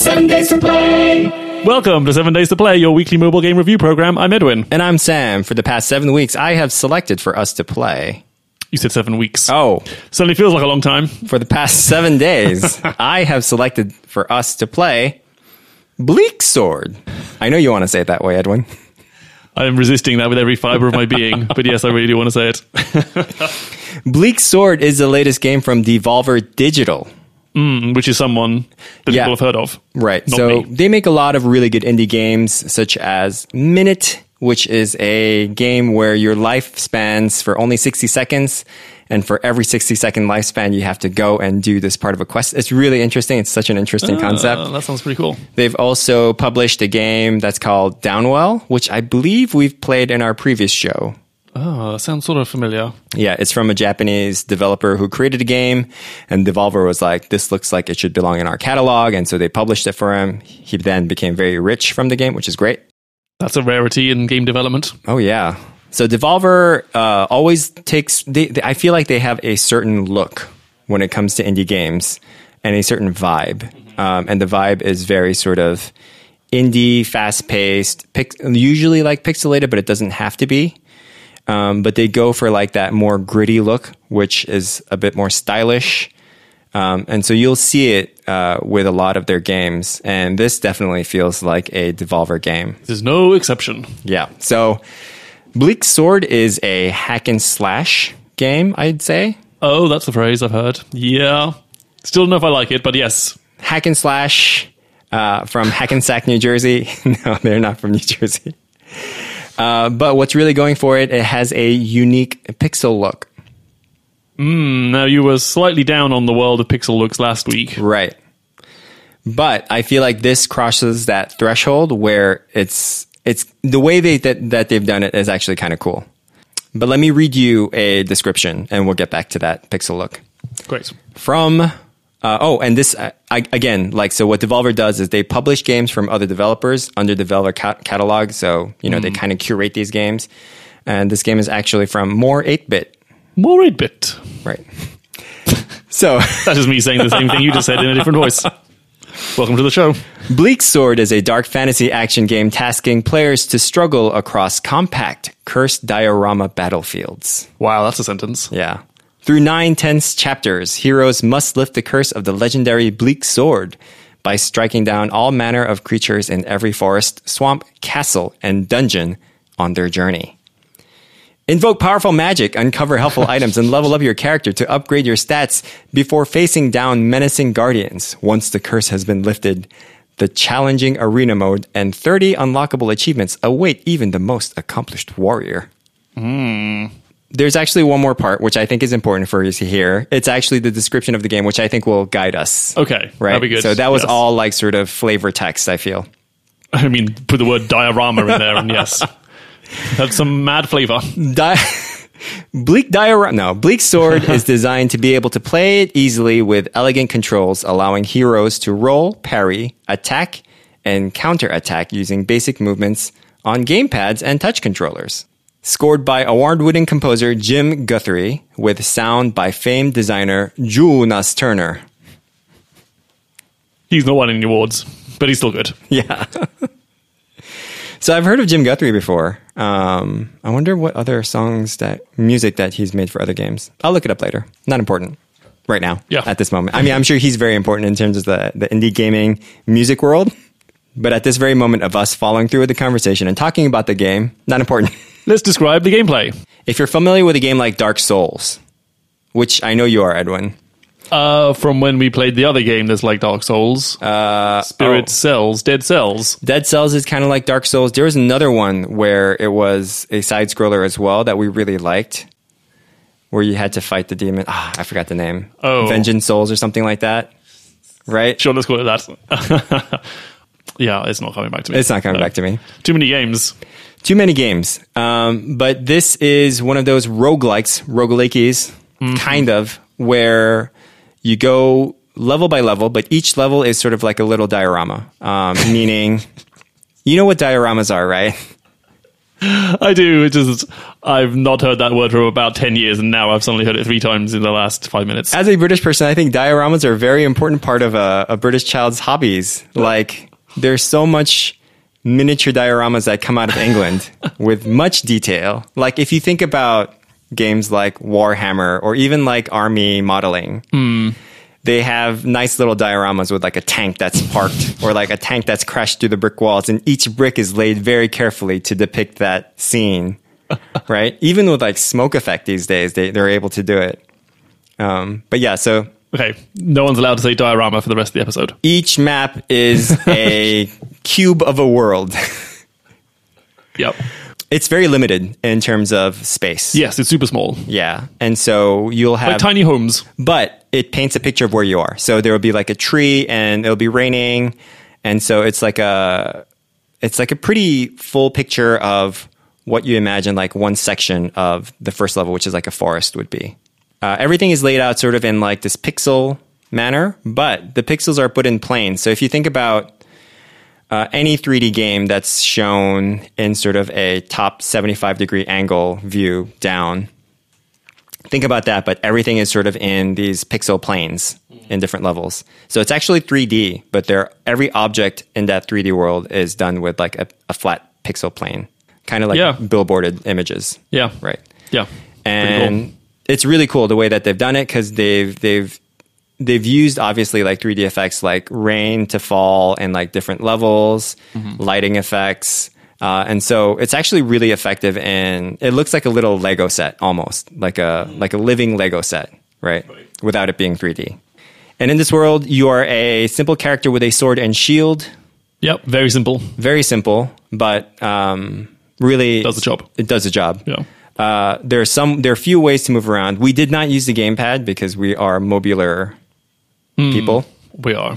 Seven Days to Play. Welcome to Seven Days to Play, your weekly mobile game review program. I'm Edwin. And I'm Sam. For the past seven weeks, I have selected for us to play. You said seven weeks. Oh, Suddenly feels like a long time. for the past seven days, I have selected for us to play Bleak Sword. I know you want to say it that way, Edwin. I'm resisting that with every fiber of my being, but yes, I really do want to say it. Bleak Sword is the latest game from Devolver Digital. Mm, Which is someone that Yeah. people have heard of. Right. Not so me. they make a lot of really good indie games, such as Minute, which is a game where your life spans for only 60 seconds. And for every 60 second lifespan, you have to go and do this part of a quest. It's really interesting. It's such an interesting concept. Uh, that sounds pretty cool. They've also published a game that's called Downwell, which I believe we've played in our previous show. Oh, that sounds sort of familiar. Yeah, it's from a Japanese developer who created a game, and Devolver was like, "This looks like it should belong in our catalog," and so they published it for him. He then became very rich from the game, which is great. That's a rarity in game development. Oh yeah. So Devolver uh, always takes. They, they, I feel like they have a certain look when it comes to indie games and a certain vibe, um, and the vibe is very sort of indie, fast paced, pic- usually like pixelated, but it doesn't have to be. Um, but they go for like that more gritty look, which is a bit more stylish. Um, and so you'll see it uh, with a lot of their games, and this definitely feels like a Devolver game. There's no exception. Yeah. So Bleak Sword is a hack and slash game, I'd say. Oh, that's the phrase I've heard. Yeah. Still don't know if I like it, but yes. Hack and slash uh, from Hackensack, New Jersey. no, they're not from New Jersey. Uh, but what's really going for it, it has a unique pixel look. Now, you were slightly down on the world of pixel looks last week. Right. But I feel like this crosses that threshold where it's it's the way they that, that they've done it is actually kind of cool. But let me read you a description and we'll get back to that pixel look. Great. from uh, oh and this I, I, again like so what devolver does is they publish games from other developers under developer ca- catalog so you know they kind of curate these games and this game is actually from more 8-bit More 8 bit. right so That is me saying the same thing you just said in a different voice. Welcome to the show. Bleak Sword is a dark fantasy action game tasking players to struggle across compact, cursed diorama battlefields. Wow, that's a sentence. Yeah. Through nine tense chapters, heroes must lift the curse of the legendary Bleak Sword by striking down all manner of creatures in every forest, swamp, castle, and dungeon on their journey. Invoke powerful magic, uncover helpful items, and level up your character to upgrade your stats before facing down menacing guardians. Once the curse has been lifted, the challenging arena mode and 30 unlockable achievements await even the most accomplished warrior Hmm. there's actually one more part which I think is important for you to hear. It's actually the description of the game, which I think will guide us. Okay, right. that'd be good. So that was Yes. all like sort of flavor text. I feel I mean, put the word diorama in there, and yes, that's some mad flavor. Di- bleak diorama. No, bleak sword is designed to be able to play it easily with elegant controls, allowing heroes to roll, parry, attack, and counter attack using basic movements on gamepads and touch controllers. Scored by award-winning composer Jim Guthrie, with sound by famed designer Jonas Turner. He's not winning any awards, but he's still good. Yeah. so I've heard of Jim Guthrie before. Um, I wonder what other songs that music that he's made for other games. I'll look it up later. Not important right now. Yeah. At this moment, I mean, I'm sure he's very important in terms of the the indie gaming music world. But at this very moment of us following through with the conversation and talking about the game, not important. Let's describe the gameplay. if you're familiar with a game like Dark Souls, which I know you are, Edwin. Uh, from when we played the other game, that's like Dark Souls, uh, Spirit oh. Cells, Dead Cells. Dead Cells is kind of like Dark Souls. There was another one where it was a side scroller as well that we really liked, where you had to fight the demon. Ah, I forgot the name. Oh. Vengeance Souls or something like that. Right? Sure, let's call it that. yeah, it's not coming back to me. It's not coming back to me. Too many games. Too many games. Um, but this is one of those roguelikes, roguelikes, kind of, where you go level by level, but each level is sort of like a little diorama, um, meaning, you know what dioramas are, right? I do. It just I've not heard that word for about ten years, and now I've suddenly heard it three times in the last five minutes. As a British person, I think dioramas are a very important part of a, a British child's hobbies. Like, there's so much miniature dioramas that come out of England with much detail. Like, if you think about games like Warhammer or even like army modeling, they have nice little dioramas with like a tank that's parked or like a tank that's crashed through the brick walls, and each brick is laid very carefully to depict that scene. right? Even with like smoke effect these days, they, they're able to do it. Um, but yeah, so Okay, no one's allowed to say diorama for the rest of the episode. each map is a cube of a world. Yep. It's very limited in terms of space. Yes, it's super small, Yeah. And so you'll have like tiny homes. but it paints a picture of where you are. So there will be like a tree and it'll be raining and so it's like a it's like a pretty full picture of what you imagine like one section of the first level which is like a forest would be. Uh, everything is laid out sort of in like this pixel manner, but the pixels are put in plane. So if you think about uh, any 3D game that's shown in sort of a top 75 degree angle view down, think about that, but everything is sort of in these pixel planes in different levels. So it's actually 3D, but there every object in that 3D world is done with like a, a flat pixel plane, kind of like Yeah. billboarded images, Yeah. right? Yeah. and Pretty it's really cool the way that they've done it because they've they've they've used obviously like 3D effects like rain to fall and like different levels, Mm-hmm. lighting effects, uh, and so it's actually really effective. And it looks like a little Lego set almost, like a Mm-hmm. like a living Lego set, right? Without it being 3D. And in this world, you are a simple character with a sword and shield. Yep. Very simple. Very simple, but um, really Does the job. It does the job. Yeah. Uh, there are some. There are few ways to move around. We did not use the gamepad because we are mobular people. We are.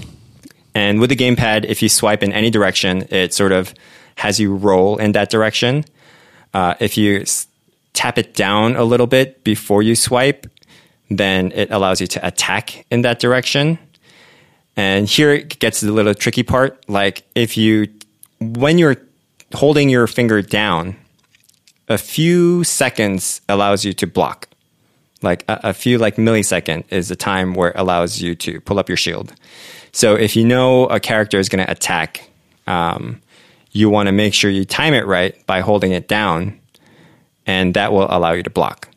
And with the gamepad, if you swipe in any direction, it sort of has you roll in that direction. Uh, if you s- tap it down a little bit before you swipe, then it allows you to attack in that direction. And here it gets to the little tricky part. Like if you, when you're holding your finger down, a few seconds allows you to block. Like a, a few like millisecond is the time where it allows you to pull up your shield. So if you know a character is going to attack, um, you want to make sure you time it right by holding it down, and that will allow you to block.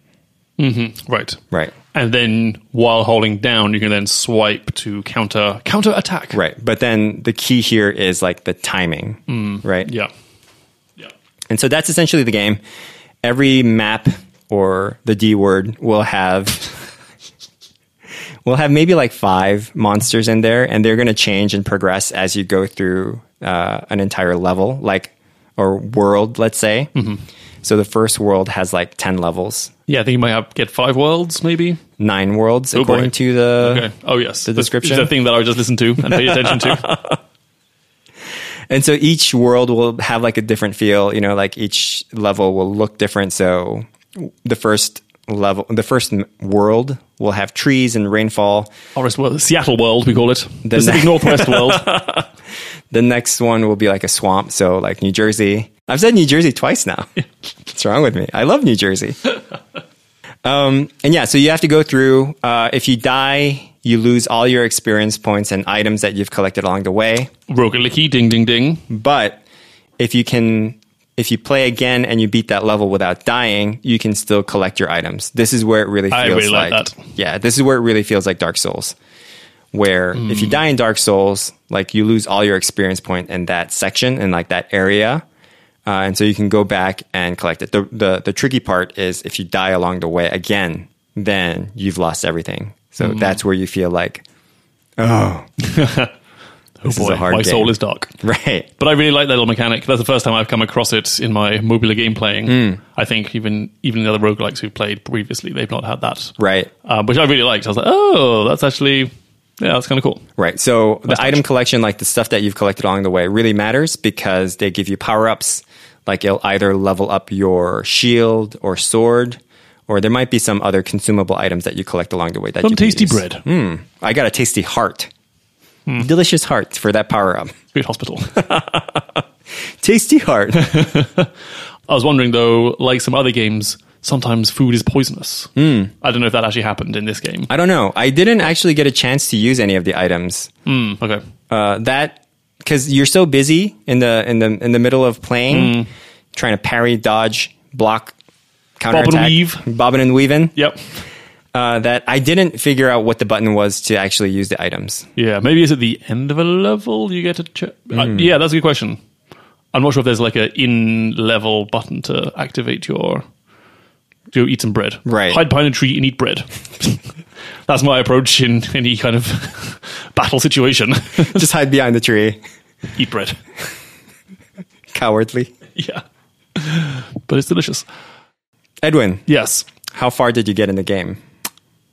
Right. Right. And then while holding down, you can then swipe to counter counter attack. Right. But then the key here is like the timing, right? Yeah. Yeah. And so that's essentially the game. Every map or the D word will have will have maybe like five monsters in there, and they're going to change and progress as you go through uh, an entire level, like or world, let's say. Mm-hmm. So the first world has like ten levels, Yeah. I think you might have get five worlds, maybe. nine worlds according Oh, boy. to the Okay. Oh yes. The description? The thing that I just listened to and paid attention to. And so each world will have like a different feel, you know, like each level will look different. So the first level, the first m- world will have trees and rainfall. Forest world, Seattle world, we call it. Pacific ne- Northwest world. The next one will be like a swamp. So like New Jersey. I've said New Jersey twice now. What's wrong with me? I love New Jersey. Um, and yeah, so you have to go through, uh, if you die, you lose all your experience points and items that you've collected along the way. Rogaliki, ding ding ding. But if you can, if you play again and you beat that level without dying, you can still collect your items. This is where it really feels I really like that. yeah, this is where it really feels like Dark Souls, where if Mm. you die in Dark Souls, like you lose all your experience point in that section and like that area. Uh, and so you can go back and collect it. The, the the tricky part is if you die along the way again, then you've lost everything. So Mm. that's where you feel like, Oh is a hard my game. soul is dark. right, But I really like that little mechanic. That's the first time I've come across it in my mobile game playing. I think even even the other roguelikes who've played previously, they've not had that. right. Um, which I really liked. I was like, oh, that's actually, yeah, that's kind of cool. Right. So the touch. item collection, like the stuff that you've collected along the way, really matters because they give you power ups. Like it'll either level up your shield or sword, or there might be some other consumable items that you collect along the way. That Some you can tasty use. bread. Hmm. I got a tasty heart. Delicious heart for that power up. Good hospital. Tasty heart. I was wondering though, like some other games, sometimes food is poisonous. I don't know if that actually happened in this game. I don't know. I didn't actually get a chance to use any of the items. Hmm, okay. Uh, that because you're so busy in the in the in the middle of playing, trying to parry, dodge, block, counterattack, weave. bobbing and weaving. Yep. Uh, that I didn't figure out what the button was to actually use the items. Yeah, maybe it's at the end of a level you get to. Ch- uh, yeah, that's a good question. I'm not sure if there's like a in level button to activate your. Go eat some bread. Right. Hide behind a tree and eat bread. that's my approach in any kind of battle situation. Just hide behind the tree, eat bread. cowardly. Yeah. But it's delicious. Edwin, Yes. how far did you get in the game?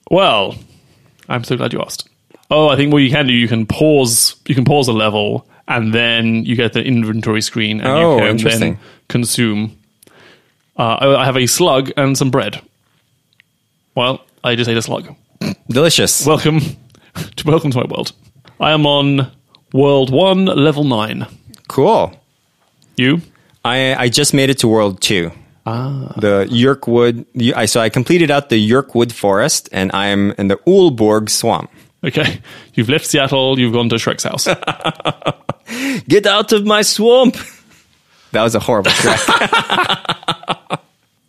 Well, I'm so glad you asked. Oh, I think what you can do, you can pause, you can pause a level, and then you get the inventory screen, and Oh, you can interesting. then consume. Uh, I I have a slug and some bread. Well, I just ate a slug. Delicious. Welcome, to, welcome to my world. I am on world one, level nine. cool. You? I I just made it to world two. Ah. The Yerkwood. y- I so I completed out the Yerkwood forest, and I'm in the Ulborg swamp. Okay, you've left Seattle. You've gone to Shrek's house. Get out of my swamp. That was a horrible track.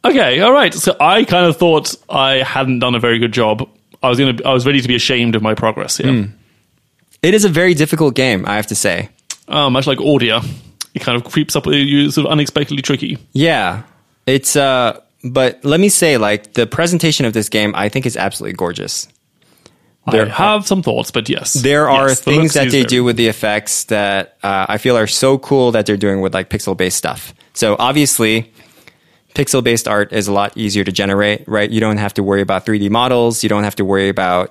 Okay, all right. So I kind of thought I hadn't done a very good job. I was gonna, I was ready to be ashamed of my progress here. it is a very difficult game, I have to say. Uh, much like audio, it kind of creeps up with you, sort of unexpectedly tricky. Yeah. It's uh but let me say like the presentation of this game I think is absolutely gorgeous. There I have some thoughts, but yes, There are Yes, the things looks that is they very- do with the effects that uh, I feel are so cool that they're doing with like pixel based stuff. So obviously, pixel based art is a lot easier to generate, right? You don't have to worry about 3D models. You don't have to worry about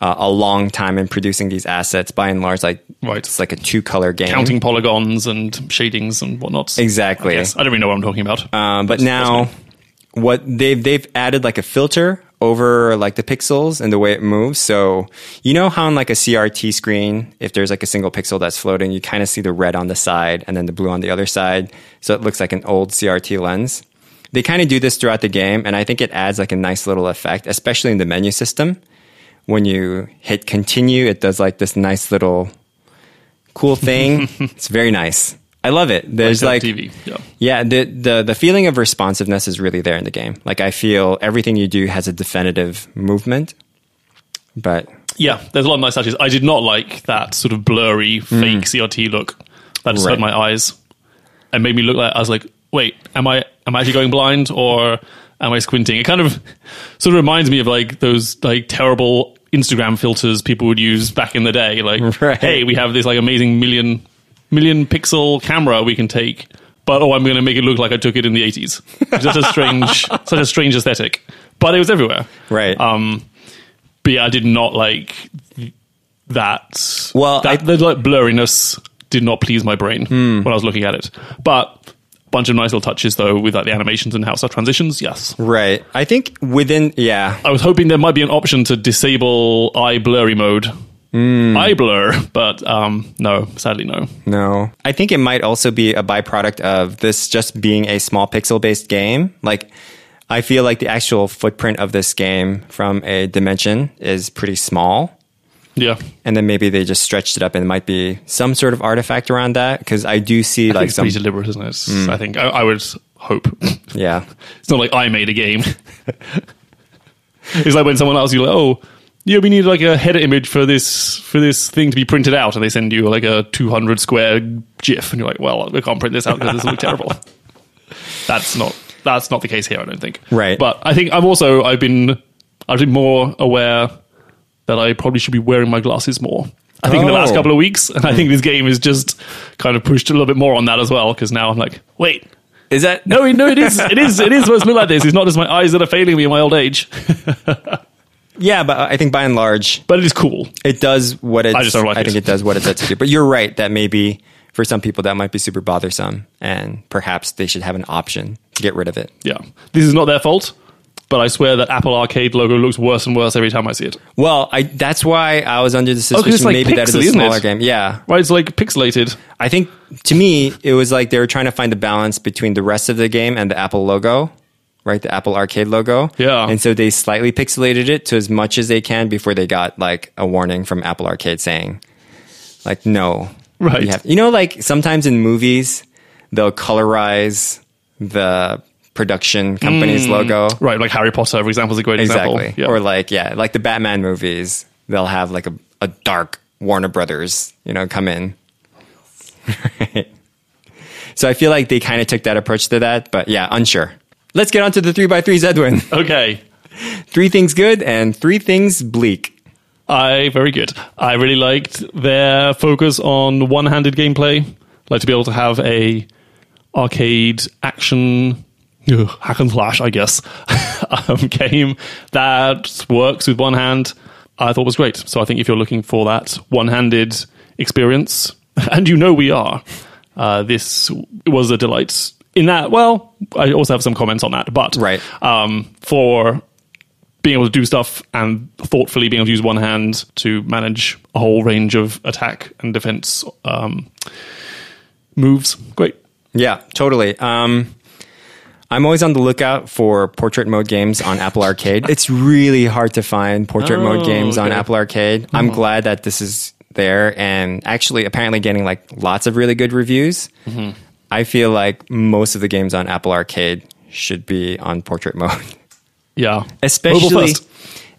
uh, a long time in producing these assets. By and large, like Right. it's like a two color game. counting polygons and shadings and whatnot. Exactly. Yes, I don't really know what I'm talking about. Um, but That's- now, that's what they've they've added like a filter over like the pixels and the way it moves. So you know how on like a CRT screen, if there's like a single pixel that's floating, you kind of see the red on the side and then the blue on the other side. So it looks like an old CRT lens. They kind of do this throughout the game, and I think it adds like a nice little effect, especially in the menu system. When you hit continue, it does like this nice little cool thing. it's very nice. I love it. There's like like TV. Yeah. yeah, the, the the feeling of responsiveness is really there in the game. Like I feel everything you do has a definitive movement. But yeah, there's a lot of nice touches. I did not like that sort of blurry, fake CRT look that just Hmm. Right. hurt my eyes and made me look like I was like, wait, am I am I actually going blind or am I squinting? It kind of sort of reminds me of like those like terrible Instagram filters people would use back in the day. Like, Right. hey, we have this like amazing million million pixel camera we can take, but oh, I'm going to make it look like I took it in the 80s. It's Such a strange, such a strange aesthetic. But it was everywhere. Right. Um, but yeah, I did not like that. Well, that, I- the like blurriness did not please my brain when I was looking at it. But bunch of nice little touches though with like the animations and how stuff transitions. Yes, right, I think within yeah, I was hoping there might be an option to disable eye blurry mode. Hmm. Eye blur, but um, no, sadly no. no. I think it might also be a byproduct of this just being a small pixel based game. Like I feel like the actual footprint of this game from a dimension is pretty small. Yeah, And then maybe they just stretched it up and it might be some sort of artifact around that. Cause I do see I think like it's some, Hmm. pretty deliberate, isn't it? I think I, I would hope. it's yeah. not like I made a game. it's like when someone asks you, like, "Oh, yeah, we need like a header image for this for this thing to be printed out," and they send you like a 200 square GIF, and you're like, "Well, we can't print this out because this will look terrible." That's not that's not the case here, I don't think. Right. But I think I'm also I've been I've been more aware that I probably should be wearing my glasses more. I think in the last Oh. couple of weeks, and I think this game is just kind of pushed a little bit more on that as well. Because now I'm like, wait, Is that no, it- no, it is, it is, it is supposed to look like this. It's not just my eyes that are failing me in my old age, Yeah, but I think by and large, but it is cool. it does what it's. I, just don't like think it. it does what it said to do. But you're right that maybe for some people that might be super bothersome, and perhaps they should have an option to get rid of it. Yeah, this is not their fault. but I swear that Apple Arcade logo looks worse and worse every time I see it. Well, I, that's why I was under the suspicion Oh, 'cause it's like maybe that is pixely, a isn't it? smaller game. Yeah, Right? It's like pixelated. I think to me it was like they were trying to find the balance between the rest of the game and the Apple logo, right? The Apple Arcade logo. Yeah. and so they slightly pixelated it to as much as they can before they got like a warning from Apple Arcade saying, like, no, Right. You, have- you know, like sometimes in movies they'll colorize the production company's Hmm. logo. Right, like Harry Potter, for example, is a great Exactly. example. Yeah. Or like yeah, like the Batman movies, they'll have like a, a dark Warner Brothers, you know, come in. so I feel like they kind of took that approach to that, but yeah, unsure. Let's get on to the three by threes, Edwin. okay. three things good and three things bleak. I very good. I really liked their focus on one-handed gameplay. Like to be able to have a arcade action ugh, hack and slash, I guess, um, game that works with one hand. I thought was great. So I think if you're looking for that one-handed experience, and you know we are, uh, this was a delight. In that, well, I also have some comments on that, but Right. um, for being able to do stuff and thoughtfully being able to use one hand to manage a whole range of attack and defense um, moves. Great. Yeah, totally. Um, I'm always on the lookout for portrait mode games on Apple Arcade. It's really hard to find portrait mode Oh, games on okay. Mm-hmm. Apple Arcade. I'm glad that this is there and actually apparently getting like lots of really good reviews. Mm-hmm. I feel like most of the games on Apple Arcade should be on portrait mode. Yeah. Mobile Especially first.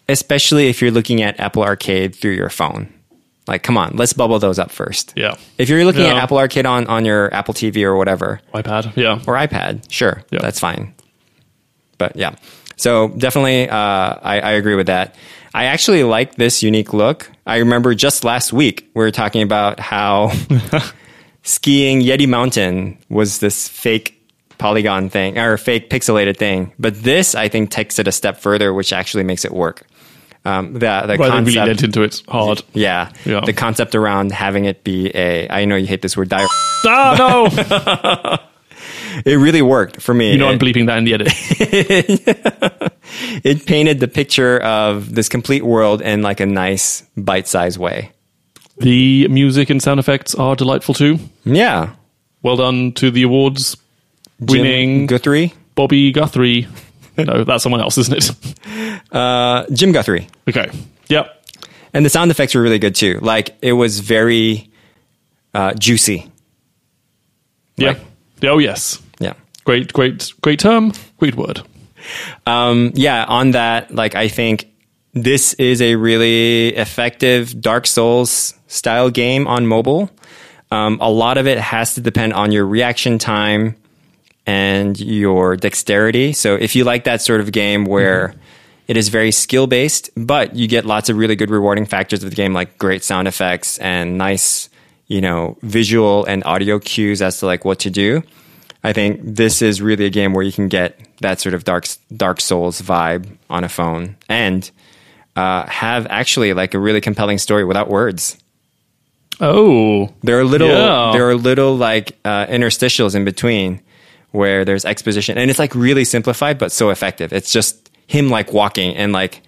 especially if you're looking at Apple Arcade through your phone. Like come on, let's bubble those up first. Yeah. If you're looking at Yeah. Apple Arcade on on your Apple TV or whatever, iPad. Yeah. or iPad. Sure, Yeah. that's fine. But yeah, so definitely, uh, I, I agree with that. I actually like this unique look. I remember just last week we were talking about how skiing Yeti Mountain was this fake polygon thing or fake pixelated thing, but this I think takes it a step further, which actually makes it work. Um, the the Right, they concept, really lent into it hard. yeah, Yeah. the concept around having it be a. I know you hate this word. Di- Ah, no! it really worked for me. you know It- I'm bleeping that in the edit. it painted the picture of this complete world in like a nice bite-sized way. the music and sound effects are delightful too. Yeah. Well done to the awards Jim winning Guthrie. Bobby Guthrie. No, that's someone else, isn't it? Uh, Jim Guthrie. Okay. Yep. And the sound effects were really good too. Like it was very uh, juicy. Yeah. Right. Oh, yes. Yeah. Great, great, great term. Great word. Um, yeah, on that, like I think this is a really effective Dark Souls style game on mobile. Um, a lot of it has to depend on your reaction time and your dexterity. So if you like that sort of game where it is very skill based, but you get lots of really good rewarding factors of the game, like great sound effects and nice, you know, visual and audio cues as to like what to do. I think this is really a game where you can get that sort of dark Dark Souls vibe on a phone and uh, have actually like a really compelling story without words. Oh. There are little Yeah. there are little like uh, interstitials in between where there's exposition and it's like really simplified but so effective. It's just him like walking and like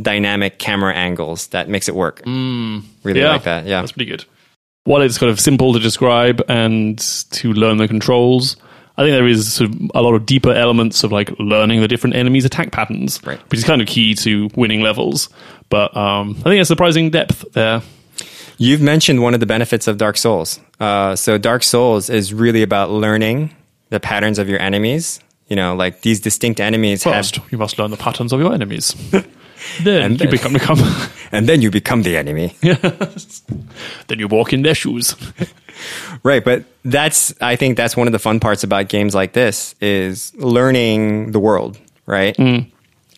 dynamic camera angles that makes it work. Really like that. Yeah. Mm. That's pretty good. While it's kind of simple to describe and to learn the controls, I think there is sort of a lot of deeper elements of like learning the different enemies' attack patterns, Right. which is kind of key to winning levels. But um, I think there's surprising depth there. You've mentioned one of the benefits of Dark Souls. Uh, so Dark Souls is really about learning the patterns of your enemies. You know, like these distinct enemies First, have you must learn the patterns of your enemies. then you then- become become. and then you become the enemy. then you walk in their shoes. Right, but that's I think that's one of the fun parts about games like this is learning the world, right?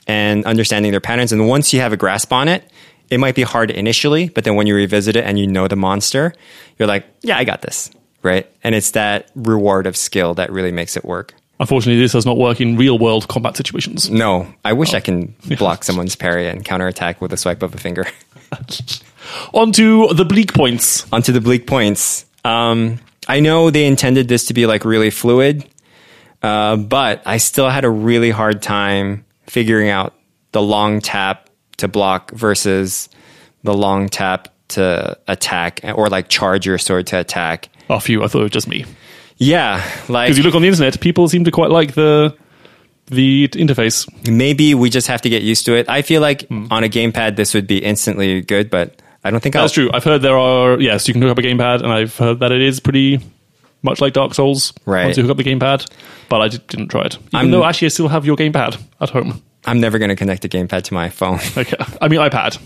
And understanding their patterns and once you have a grasp on it, it might be hard initially, but then when you revisit it and you know the monster, you're like, yeah, I got this, right? And it's that reward of skill that really makes it work. Unfortunately, this does not work in real world combat situations. No, I wish I can block someone's parry and counterattack with a swipe of a finger. On to the bleak points. Onto the bleak points. Um, I know they intended this to be like really fluid, uh, but I still had a really hard time figuring out the long tap to block versus the long tap to attack or like charge your sword to attack. Oh, phew, I thought it was just me. Yeah, like Because you look on the internet, people seem to quite like the the interface. maybe we just have to get used to it. I feel like Hmm. on a gamepad this would be instantly good, but I don't think I'll, That's true. I've heard there are yes, you can hook up a gamepad, and I've heard that it is pretty much like Dark Souls. Right. Once you hook up the gamepad, but I just didn't try it. Even I'm- though actually I still have your gamepad at home. I'm never going to connect a gamepad to my phone. Okay. I mean iPad.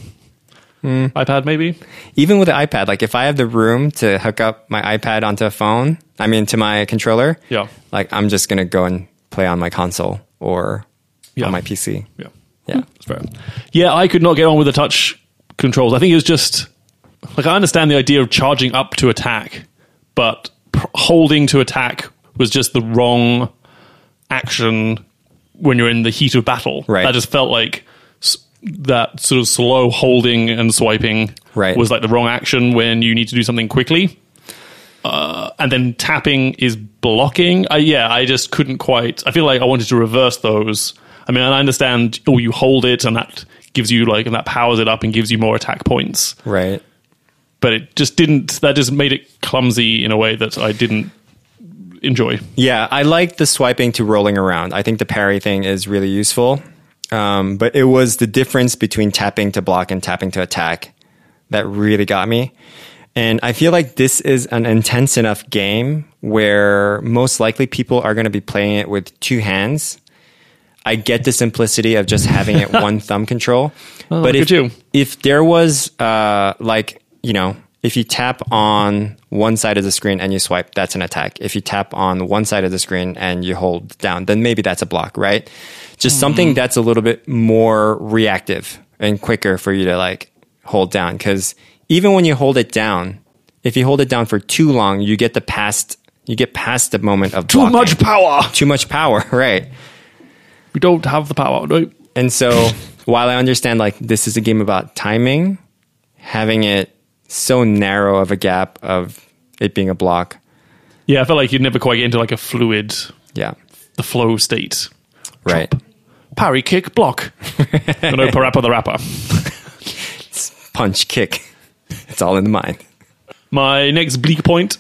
Hmm. iPad maybe. Even with the iPad, like if I have the room to hook up my iPad onto a phone, I mean to my controller, Yeah. like I'm just going to go and play on my console or Yeah. Hmm. on my PC. Yeah. Yeah. That's fair. Yeah, I could not get on with the touch controls. I think it was just like I understand the idea of charging up to attack, but pr- holding to attack was just the wrong action when you're in the heat of battle. Right. That just felt like s- that sort of slow holding and swiping Right. was like the wrong action when you need to do something quickly. Uh, and then tapping is blocking. I, yeah, I just couldn't quite. I feel like I wanted to reverse those. I mean, and I understand. Oh, you hold it, and that gives you like, and that powers it up and gives you more attack points. Right. But it just didn't. That just made it clumsy in a way that I didn't enjoy. Yeah, I like the swiping to rolling around. I think the parry thing is really useful. Um, but it was the difference between tapping to block and tapping to attack that really got me. And I feel like this is an intense enough game where most likely people are going to be playing it with two hands. I get the simplicity of just having it one thumb control. but Oh, look if, at you. if there was, uh, like, you know, if you tap on one side of the screen and you swipe, that's an attack. If you tap on one side of the screen and you hold down, then maybe that's a block, right? Just Hmm. something that's a little bit more reactive and quicker for you to like hold down. Cause even when you hold it down, if you hold it down for too long, you get the past, you get past the moment of Too blocking. much power. too much power, right? We don't have the power. No. And so, while I understand like this is a game about timing, having it so narrow of a gap of it being a block, Yeah, I felt like you'd never quite get into like a fluid, yeah, the flow state. right. Parry, kick, block. no, parappa the rapper. Punch, kick. It's all in the mind. My next bleak point.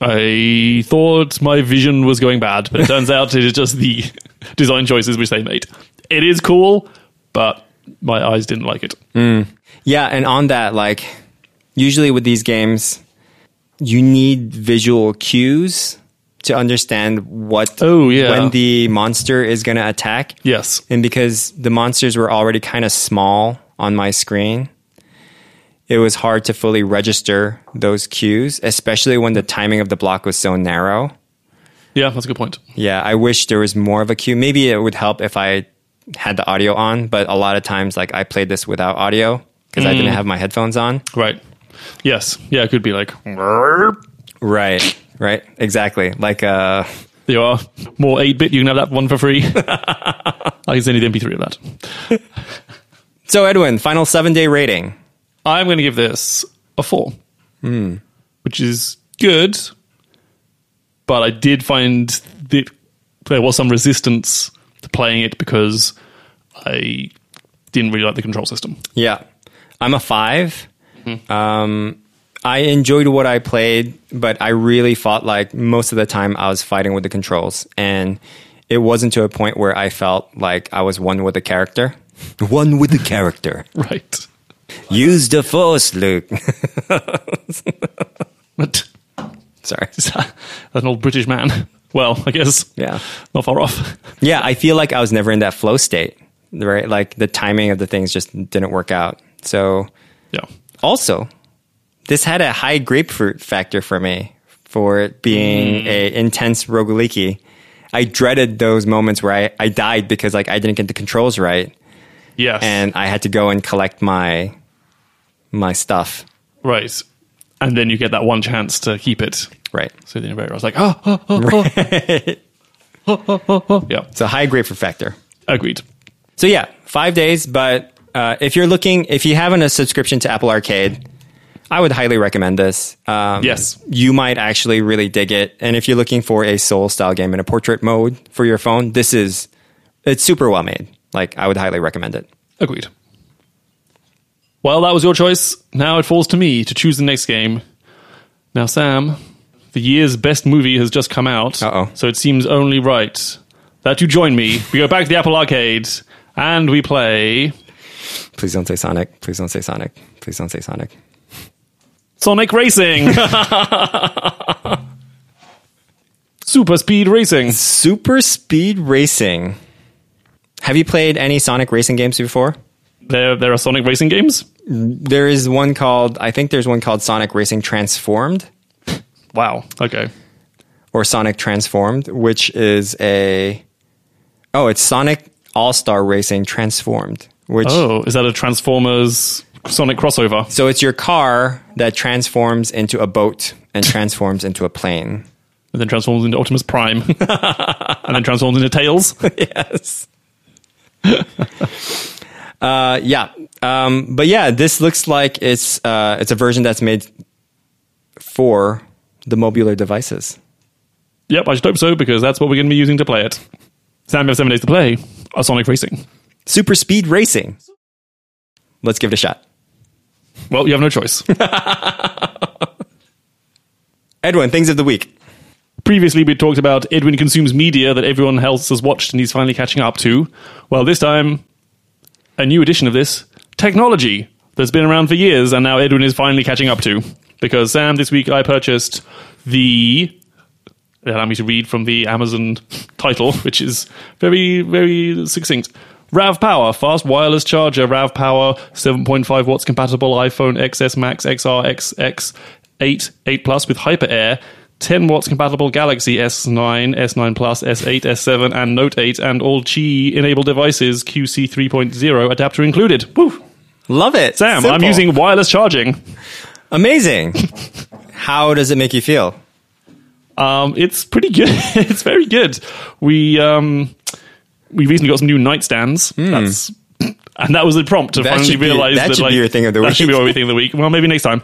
I thought my vision was going bad, but it turns out it is just the design choices which they made. It is cool, but my eyes didn't like it. Yeah, and on that, like usually with these games, you need visual cues to understand what Oh, yeah. when the monster is going to attack. Yes. And because the monsters were already kind of small on my screen, it was hard to fully register those cues, especially when the timing of the block was so narrow. Yeah, that's a good point. Yeah, I wish there was more of a cue. Maybe it would help if I had the audio on, but a lot of times, like, I played this without audio because I didn't have my headphones on. Right. Yes. Yeah, it could be like, Right, right, exactly. Like, uh, there you are. More 8 bit, you can have that one for free. I can send you the MP3 of that. so Edwin, final seven day rating. I'm going to give this a four, Hmm. which is good, but I did find that there was some resistance to playing it because I didn't really like the control system. Yeah. I'm a 5 Um, I enjoyed what I played, but I really fought like most of the time I was fighting with the controls. And it wasn't to a point where I felt like I was one with the character. One with the character. Right. Use the force, Luke. But Sorry. is that an old British man? Well, I guess Yeah. not far off. Yeah, I feel like I was never in that flow state, right? Like the timing of the things just didn't work out. So Yeah. also this had a high grapefruit factor for me for it being a intense roguelike i dreaded those moments where I, I died because like i didn't get the controls right Yes. and i had to go and collect my my stuff right. And then you get that one chance to keep it. right So the innovator was like, oh, oh, oh, oh. Oh, oh, oh, oh. Yeah. so high grapefruit factor Agreed. so yeah five days but uh, if you're looking if you haven't a subscription to apple arcade i would highly recommend this um, Yes. you might actually really dig it. And if you're looking for a soul style game in a portrait mode for your phone, this is it's super well made. Like, I would highly recommend it. Agreed. Well, that was your choice. Now it falls to me to choose the next game. Now, Sam, the year's best movie has just come out, Uh-oh. so it seems only right that you join me. We go back to the Apple Arcade and we play Please don't say Sonic. Please don't say Sonic. Please don't say Sonic. Sonic Racing. Super Speed Racing. Super Speed Racing. Have you played any Sonic racing games before? There, there are Sonic Racing games. There is one called, I think there's one called Sonic Racing Transformed Wow. Okay. or Sonic Transformed, which is a. Oh, it's Sonic All Star Racing Transformed, which. Oh, is that a Transformers Sonic crossover? So it's your car that transforms into a boat and transforms into a plane. And then transforms into Optimus Prime, and then transforms into Tails. yes. uh, yeah, um, but yeah, this looks like it's uh, it's a version that's made for the mobular devices. Yep, I should hope so because that's what we're going to be using to play it. Sam, you have seven days to play a Sonic Racing. Super speed racing. Let's give it a shot. Well, you have no choice. Edwin, things of the week. Previously, we talked about Edwin consumes media that everyone else has watched and he's finally catching up to. Well, this time, a new edition of this technology that's been around for years and now Edwin is finally catching up to. Because, Sam, this week I purchased the. Allow me to read from the Amazon title, which is very, very succinct. RAV Power, fast wireless charger, RAV Power, 7.5 watts compatible iPhone XS Max XR XX 8, 8 Plus with Hyper Air, 10 watts compatible Galaxy S9, S9 Plus, S8, S7, and Note 8, and all Qi enabled devices QC 3.0 adapter included. Woo! Love it, Sam, I'm Simple. using wireless charging. amazing. How does it make you feel? Um, it's pretty good. it's very good. We um, we recently got some new nightstands. That's and that was the prompt to Hmm. That finally should be- realize that that, should like, be your thing of the That should be week. our thing of the week. Well, maybe next time.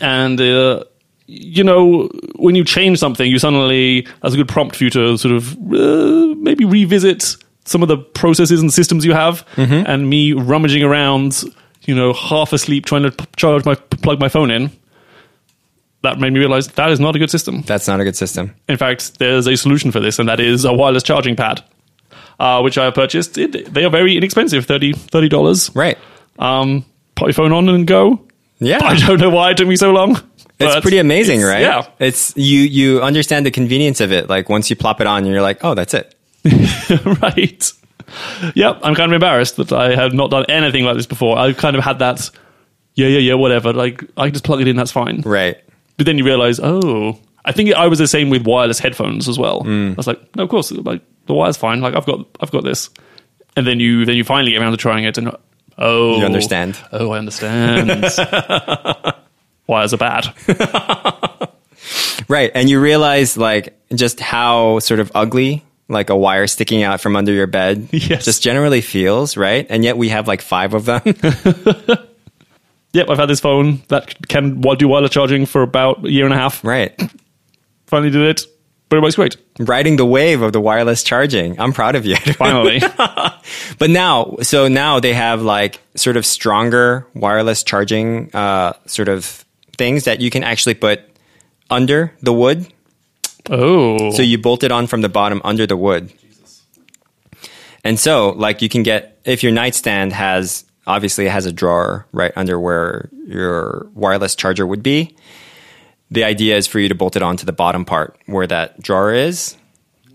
And uh, you know, when you change something, you suddenly that's a good prompt for you to sort of uh, maybe revisit some of the processes and systems you have. Mm-hmm. And me rummaging around, you know, half asleep trying to p- charge my plug my phone in. That made me realize that is not a good system. That's not a good system. In fact, there's a solution for this, and that is a wireless charging pad, uh, which I have purchased. It, they are very inexpensive, $30. $30. Right. Um, put your phone on and go. I Yeah. don't know why it took me so long. It's but pretty amazing, it's- right? Yeah. It's you you understand the convenience of it. Like once you plop it on, you're like, oh, that's it. right. Yep, I'm kind of embarrassed that I have not done anything like this before. I've kind of had that, yeah, yeah, yeah, whatever. Like, I can just plug it in, that's fine. Right. But then you realize, oh, I think I was the same with wireless headphones as well. Mm. I was like, no, of course, like the wire's fine. Like I've got, I've got this. And then you, then you finally get around to trying it, and oh, You understand. Oh, I understand. wires are bad. Right. And you realize like just how sort of ugly like a wire sticking out from under your bed Yes. just generally feels, right? And yet we have like five of them. yep, I've had this phone that can do wireless charging for about a year and a half. right. Finally did it, but it works great. Riding the wave of the wireless charging. I'm proud of you. Finally, but now, so now they have like sort of stronger wireless charging uh, sort of things that you can actually put under the wood oh, So you bolt it on from the bottom under the wood. And so, like, you can get if your nightstand has obviously it has a drawer right under where your wireless charger would be. The idea is for you to bolt it onto the bottom part where that drawer is,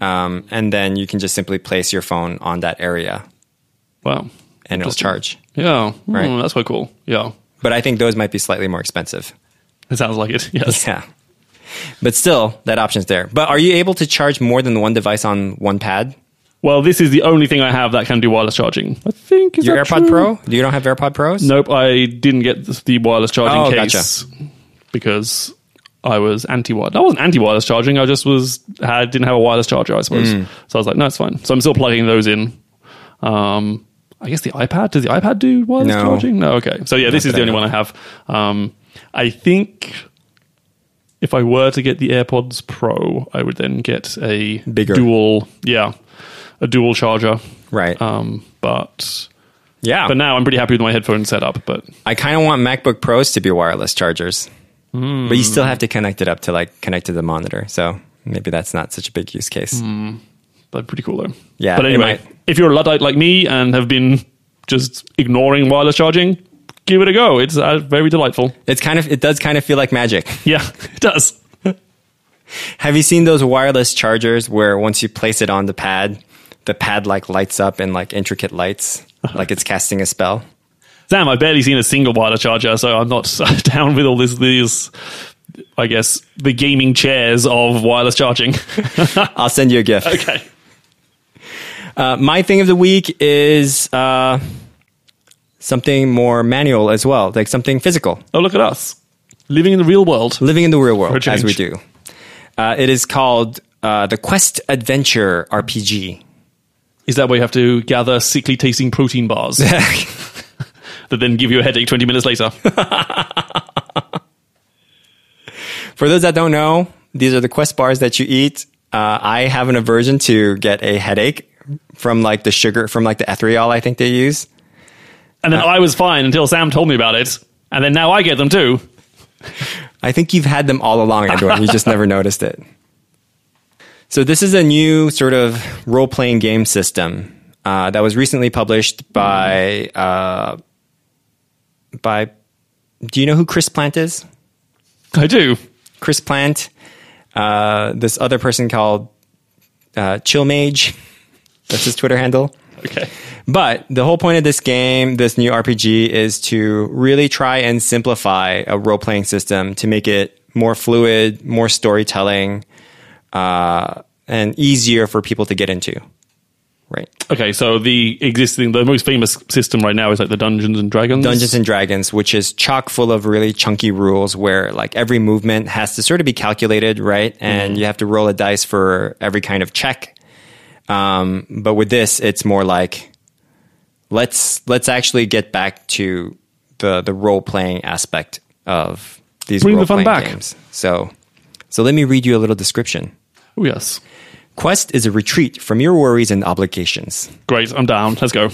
um, and then you can just simply place your phone on that area wow, and it'll charge. yeah, Right. Mm, that's quite cool. Yeah, But I think those might be slightly more expensive. it sounds like it. Yes, Yeah. But still, that option's there. But are you able to charge more than one device on one pad? Well, this is the only thing I have that can do wireless charging. I think is Your that AirPod true? Pro? You don't have AirPod Pros? Nope, I didn't get the- the wireless charging Oh, case because I was anti-wireless. I wasn't anti-wireless charging. I just was had didn't have a wireless charger, I suppose. Hmm. So I was like, no, it's fine. So I'm still plugging those in. Um, I guess the iPad does the iPad do wireless No. charging? No, okay. So yeah, this Not that is the I only know one I have. Um, I think if I were to get the AirPods Pro, I would then get a Bigger. dual. Yeah. a dual charger. Right. Um, but yeah. but now I'm pretty happy with my headphone setup. But I kind of want MacBook Pros to be wireless chargers, but you still have to connect it up to like connect to the monitor. So maybe that's not such a big use case. that'd be pretty cool though. Yeah, But it anyway, might. if you're a luddite like me and have been just ignoring wireless charging, give it a go. It's uh, very delightful. It's kind of it does kind of feel like magic. Yeah, it does. Have you seen those wireless chargers where once you place it on the pad, the pad like lights up in like intricate lights, like it's casting a spell? Sam, I've barely seen a single wireless charger, so I'm not down with all this, these, I guess, the gaming chairs of wireless charging. I'll send you a gift. okay. Uh, my thing of the week is uh, something more manual as well, like something physical, Oh, look at us. Living in the real world. living in the real For a world change. as we do. Uh, it is called uh, the Quest Adventure RPG. Is that where you have to gather sickly tasting protein bars that then give you a headache 20 minutes later? For those that don't know, these are the Quest bars that you eat. Uh, I have an aversion to get a headache from like the sugar, from like the ethereal I think they use. And then I was fine until Sam told me about it. And then now I get them too. I think you've had them all along, Edward. you just never noticed it. So this is a new sort of role-playing game system uh, that was recently published by uh, by. Do you know who Chris Plant is? I do. Chris Plant, uh, this other person called uh, Chillmage. That's his Twitter handle. Okay. But the whole point of this game, this new RPG, is to really try and simplify a role playing system to make it more fluid, more storytelling, uh, and easier for people to get into. Right. Okay, so the existing, the most famous system right now is like the Dungeons and Dragons. Dungeons and Dragons, which is chock full of really chunky rules where like every movement has to sort of be calculated, right? And Mm-hmm. you have to roll a dice for every kind of check. Um, but with this, it's more like let's let's actually get back to the the role playing aspect of these Bring the role fun playing back. games. So so let me read you a little description. Oh, yes. Quest is a retreat from your worries and obligations. Great, I'm down. Let's go.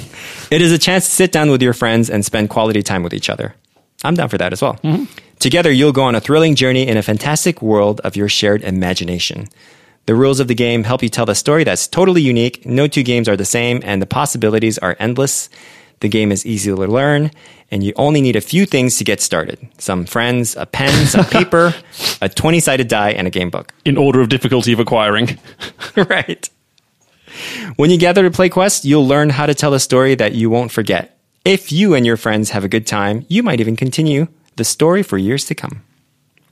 It is a chance to sit down with your friends and spend quality time with each other. I'm down for that as well. Together, you'll go on a thrilling journey in a fantastic world of your shared imagination. The rules of the game help you tell a story that's totally unique. No two games are the same, and the possibilities are endless. The game is easy to learn, and you only need a few things to get started some friends, a pen, some paper, a 20 sided die, and a game book In order of difficulty of acquiring. right. When you gather to play Quest, you'll learn how to tell a story that you won't forget. If you and your friends have a good time, you might even continue the story for years to come.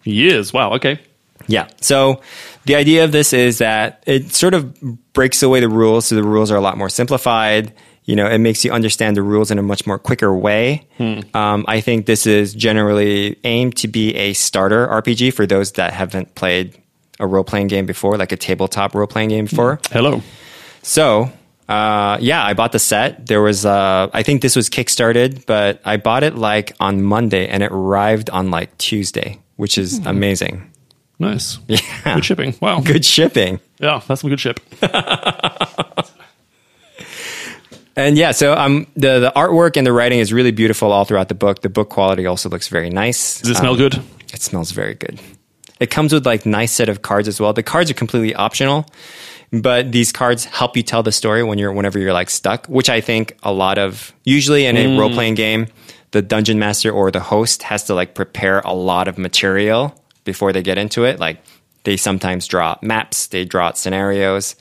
Years. Wow, okay. Yeah. So the idea of this is that it sort of breaks away the rules. So the rules are a lot more simplified. You know, it makes you understand the rules in a much more quicker way. Um, I think this is generally aimed to be a starter RPG for those that haven't played a role playing game before, like a tabletop role playing game before. Hello. So, uh, yeah, I bought the set. There was, uh, I think this was kickstarted, but I bought it like on Monday and it arrived on like Tuesday, which is amazing. Nice. Yeah. Mm-hmm. Good shipping. Wow. Good shipping. Yeah, that's some good ship. And yeah, so um, the the artwork and the writing is really beautiful all throughout the book. The book quality also looks very nice. Um, Does it smell good? It smells very good. It comes with like nice set of cards as well. The cards are completely optional, but these cards help you tell the story when you're whenever you're like stuck, which I think a lot of usually in a role playing game, the dungeon master or the host has to like prepare a lot of material before they get into it. Like they sometimes draw maps, they draw out scenarios.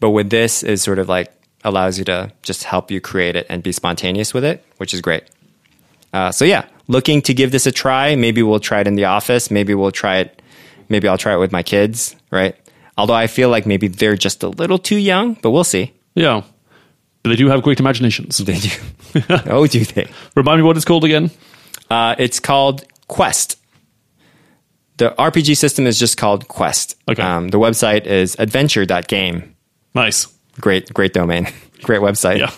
But with this is sort of like allows you to just help you create it and be spontaneous with it, which is great. Uh, so yeah, looking to give this a try. Maybe we'll try it in the office. Maybe we'll try it. Maybe I'll try it with my kids. Right. Although I feel like maybe they're just a little too young, but we'll see. Yeah. But they do have great imaginations. They do. oh, do they? Remind me what it's called again. Uh, it's called Quest. The RPG system is just called Quest. Um, Okay. the website is adventure.game. Nice. Great, great domain. Great website. Yeah.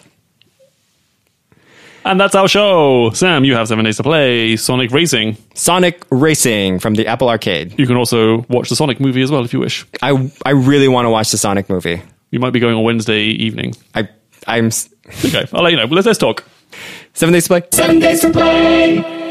And that's our show. Sam, you have seven days to play Sonic Racing. Sonic Racing from the Apple Arcade. You can also watch the Sonic movie as well if you wish. I I really want to watch the Sonic movie. We might be going on Wednesday evening. I I'm s- Okay, I'll let you know. Let's, let's talk. seven days to play. Seven days to play.